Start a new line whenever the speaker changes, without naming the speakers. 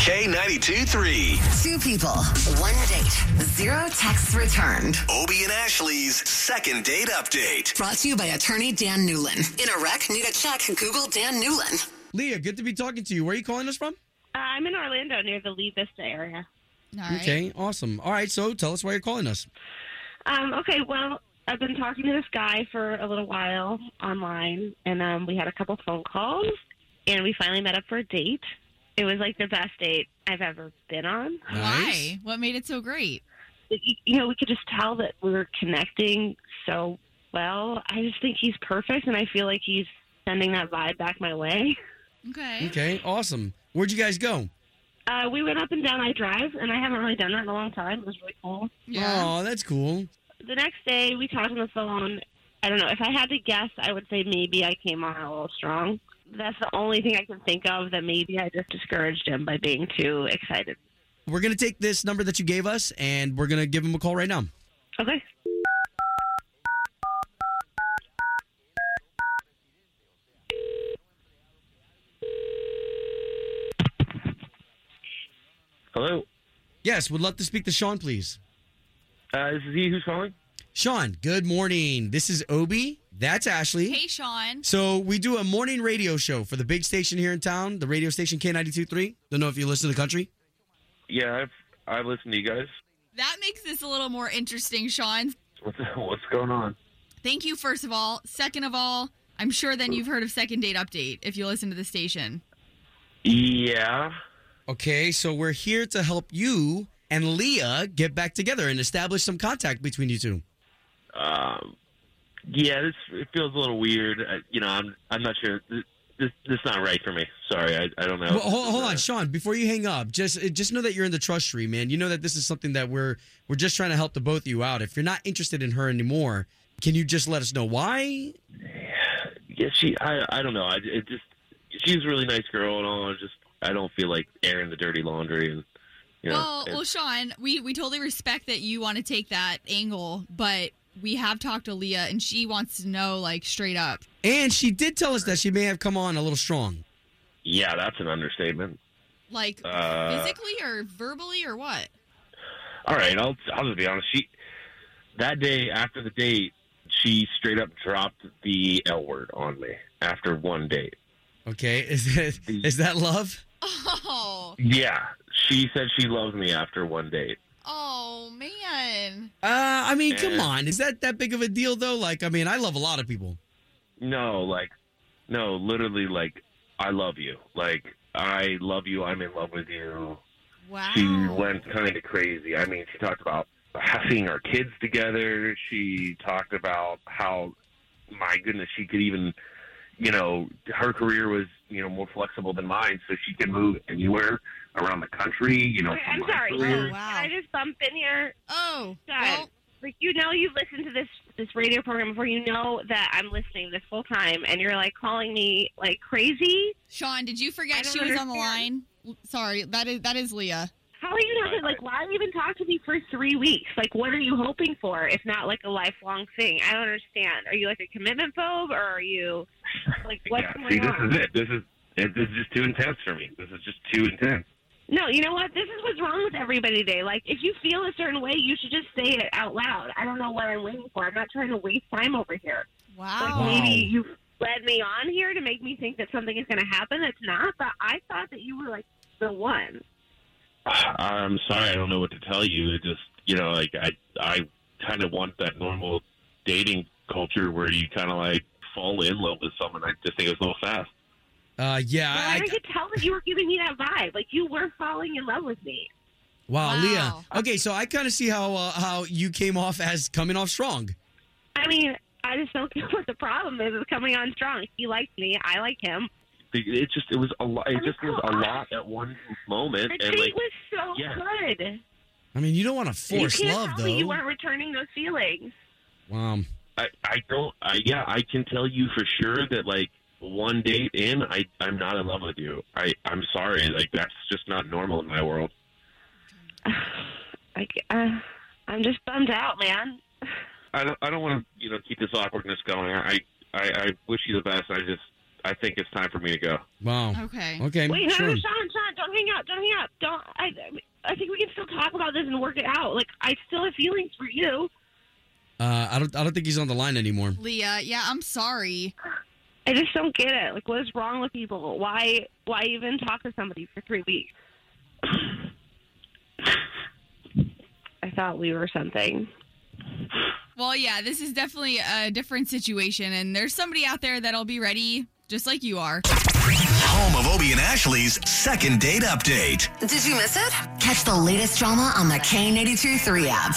K92 3.
Two people, one date, zero texts returned.
Obie and Ashley's second date update.
Brought to you by attorney Dan Newlin. In a wreck, need a check, Google Dan Newlin.
Leah, good to be talking to you. Where are you calling us from?
Uh, I'm in Orlando near the Lee Vista area.
All right.
Okay, awesome. All right, so tell us why you're calling us.
Um, okay, well, I've been talking to this guy for a little while online, and um, we had a couple phone calls, and we finally met up for a date. It was like the best date I've ever been on.
Nice.
Why? What made it so great?
You, you know, we could just tell that we were connecting so well. I just think he's perfect, and I feel like he's sending that vibe back my way.
Okay.
Okay, awesome. Where'd you guys go?
Uh, we went up and down I Drive, and I haven't really done that in a long time. It was really cool.
Yeah.
Oh, that's cool.
the next day we talked on the phone. I don't know. If I had to guess, I would say maybe I came on a little strong. That's the only thing I can think of that maybe I just discouraged him by being too excited.
We're going to take this number that you gave us and we're going to give him a call right now.
Okay.
Hello.
Yes, would love to speak to Sean, please.
Uh, this is he who's calling.
Sean, good morning. This is Obi. That's Ashley.
Hey, Sean.
So we do a morning radio show for the big station here in town, the radio station K92.3. Don't know if you listen to the country.
Yeah, I've I've listened to you guys.
That makes this a little more interesting, Sean.
What's what's going on?
Thank you, first of all. Second of all, I'm sure then you've heard of Second Date Update if you listen to the station.
Yeah.
Okay, so we're here to help you and Leah get back together and establish some contact between you two.
Um. Yeah, this it feels a little weird. I, you know, I'm I'm not sure. This this, this is not right for me. Sorry, I, I don't know.
Well, hold, hold on, Sean. Before you hang up, just uh, just know that you're in the trust tree, man. You know that this is something that we're we're just trying to help the both of you out. If you're not interested in her anymore, can you just let us know why?
Yeah, she. I I don't know. I it just she's a really nice girl and all. I just I don't feel like airing the dirty laundry and you know.
Well,
and-
well, Sean, we, we totally respect that you want to take that angle, but we have talked to Leah and she wants to know, like, straight up.
And she did tell us that she may have come on a little strong.
yeah, that's an understatement.
Like,
Uh,
physically or verbally or what?
All right, I'll I'll just be honest. She that day after the date, she straight up dropped the L word on me after one date.
Okay, is that, is that love?
Oh,
Yeah, she said she loved me after one date.
oh, man.
Uh, I mean, come
Yeah.
on, is that that big of a deal though? Like, I mean, I love a lot of people.
No, like no, literally like I love you. Like I love you. I'm in love with you.
Wow.
She went kind of crazy. I mean, she talked about having our kids together. She talked about how, my goodness, she could even, you know, her career was, you know, more flexible than mine, so she could move anywhere around the country, you know.
Wait,
for
I'm
my
sorry.
career.
Oh, wow.
Can I just bump in here?
Oh,
Dad.
well,
Like you know, you've listened to this this radio program before. You know that I'm listening this whole time, and you're like calling me like crazy.
Sean, did you
I
forget
don't
she was on the
understand.
line? L- Sorry, that is that is Leah.
How are you not like? Why even talk to me for three weeks? Like, what are you hoping for? If not like a lifelong thing, I don't understand. Are you like a commitment phobe, or are you like what's
Yeah,
going
see,
on?
this is it. This is it, this is just too intense for me. This is just too intense.
No, you know what? This is what's wrong with everybody today. Like, if you feel a certain way, you should just say it out loud. I don't know what I'm waiting for. I'm not trying to waste time over here. Like,
Wow.
maybe you led me on here to make me think that something is going to happen that's not, but I thought that you were, like, the one.
I'm sorry, I don't know what to tell you. It just, you know, like I, I kind of want that normal dating culture where you kind of like fall in love with someone. I just think it was a little fast.
Uh, yeah,
Well,
I,
I, could tell that you were giving me that vibe. Like, you were falling in love with me.
wow,
Wow.
Leah. Okay, so I kind of see how uh, how you came off as coming off strong.
I mean, I just don't get what the problem is. It's coming on strong. He liked me. I like him.
It just it was a lot. It
Oh,
just was a
God.
lot at one moment,
Her
and
date
like
was so
yeah.
good.
I mean, you don't want to force
you can't
love,
tell
though.
me you weren't returning those feelings.
Wow.
I I don't. I, yeah, I can tell you for sure that like one date in, I I'm not in love with you. I I'm sorry. Like that's just not normal in my world.
Like, uh, I'm just bummed out, man.
I don't, I don't want to you know keep this awkwardness going. I, I I wish you the best. I just I think it's time for me to go.
Wow.
Okay.
Okay.
Wait,
sure.
no, no, Sean, Sean, don't hang up, don't hang up, don't. I, I think we can still talk about this and work it out. Like, I still have feelings for you.
Uh, I don't. I don't think he's on the line anymore.
Leah, yeah, I'm sorry.
I just don't get it. Like, what is wrong with people? Why, why even talk to somebody for three weeks? I thought we were something.
Well, yeah, this is definitely a different situation, and there's somebody out there that'll be ready just like you are.
Home of Obie and Ashley's second date update.
Did you miss it? Catch the latest drama on the K82 3 app.